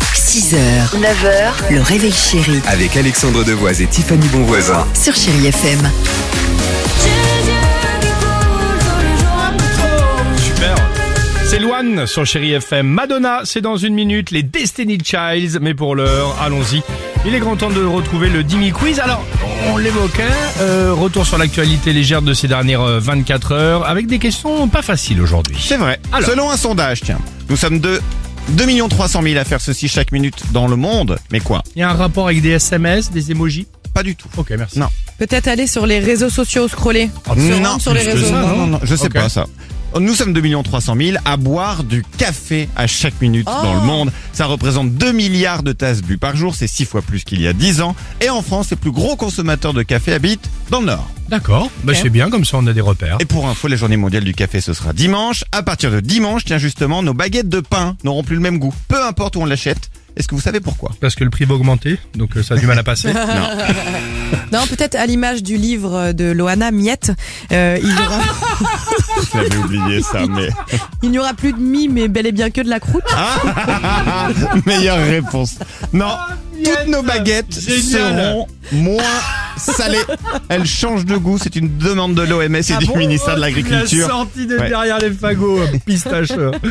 6h, 9h, le réveil chéri Avec Alexandre Devoise et Tiffany Bonvoisin. sur Chéri FM. Super. C'est Loane sur Chéri FM. Madonna, c'est dans une minute. Les Destiny Childs. Mais pour l'heure, allons-y. Il est grand temps de retrouver le Dimi Quiz. Alors, on l'évoquait. euh, retour sur l'actualité légère de ces dernières euh, 24 heures. Avec des questions pas faciles aujourd'hui. C'est vrai. Alors. Selon un sondage, tiens, nous sommes de 2 300 000 à faire ceci chaque minute dans le monde. Mais quoi Il y a un rapport avec des SMS, des emojis Pas du tout. Ok, merci. Ah, Non. Peut-être aller sur les réseaux sociaux, scroller. Se rendre non, sur les plus que réseaux. ça, non, non, non, je sais Ok. pas ça. Nous sommes 2 300 000 à boire du café à chaque minute Oh. dans le monde. Ça représente 2 milliards de tasses bues par jour, c'est 6 fois plus qu'il y a 10 ans. Et en France, les plus gros consommateurs de café habitent dans le Nord. D'accord. Bah, c'est bien. Comme ça, on a des repères. Et pour info, la journée mondiale du café, ce sera dimanche. À partir de dimanche, tiens justement, nos baguettes de pain n'auront plus le même goût. Peu importe où on l'achète. Est-ce que vous savez pourquoi Parce que le prix va augmenter. Donc, euh, ça a du mal à passer. Non, peut-être à l'image du livre euh, de Loana Miette. euh, il n'y aura, J'avais oublié ça, mais... il n'y aura plus de mie, mais bel et bien que de la croûte. Hein Meilleure réponse. Non, toutes nos baguettes Ah, Génial. seront moins salées. Elles changent de goût. C'est une demande de l'OMS et Ah Ah du ministère de l'Agriculture. sorti de Ouais. derrière les fagots, euh, pistache.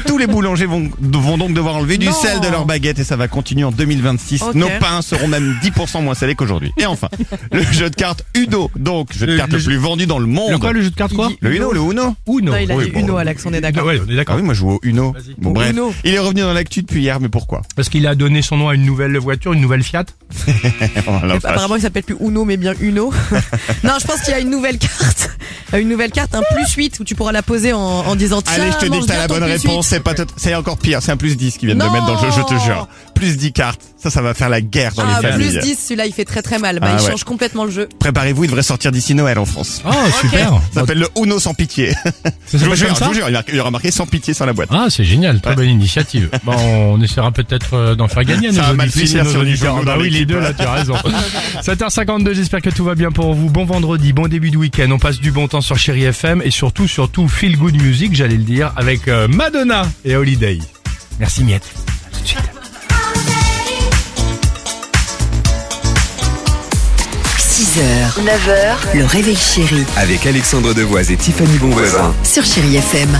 Tous les boulangers vont, vont donc devoir enlever du Non. sel de leurs baguettes et ça va continuer en 2026. Ok. Nos pains seront même 10% moins salés qu'aujourd'hui. Et enfin, le jeu de cartes Udo. Donc, jeu de Le- cartes le le, jeu- plus vendu dans le monde. Le quoi, le jeu de cartes quoi Le Uno, le Uno. Uno. Non, il a oui, dit bon. Uno, Alex, on est Ah d'accord. ouais, on est Ah d'accord. oui, moi je joue au Uno. Vas-y. Bon, Au bref. Uno. Il est revenu dans l'actu depuis hier, mais pourquoi Parce qu'il a donné son nom à une nouvelle voiture, une nouvelle Fiat. Oh, la Et vache. Apparemment, il s'appelle plus Uno, mais bien Uno. non, je pense qu'il y a une nouvelle carte. Euh, Une nouvelle carte, un plus 8, où tu pourras la poser en, en disant Tiens, Allez, je te dis mange que t'as bien la ton bonne plus réponse. 8. C'est pas tot- c'est encore pire. C'est un plus 10 qui viennent de Non. mettre dans le jeu, je te jure. Plus 10 cartes. Ça, ça va faire la guerre dans Ah, les plus familles. 10, celui-là, il fait très très mal. Bah, Ah il ouais. change complètement le jeu. Préparez-vous, il devrait sortir d'ici Noël en France. Ah, super. Ça s'appelle le Uno sans pitié. Ça Je vous s'appelle jure, comme je ça vous jure, il y aura- il y aura marqué sans pitié sur la boîte. Ah, c'est génial, très bonne initiative. Bon, on essaiera peut-être euh, d'en faire gagner à Ça nos va mal auditrices et finir nos sur du auditeurs. jogo Bah dans oui, les l'équipe. deux, là, tu as raison. 7h52, j'espère que tout va bien pour vous. Bon vendredi, bon début de week-end. On passe du bon temps sur Chéri FM et surtout, surtout, feel good music, j'allais le dire, avec euh, Madonna et Holiday. Merci, Miette. À tout de suite. 6h, 9h, le réveil chéri Avec Alexandre Devoise et Tiffany Bonvoisin. sur Chéri FM.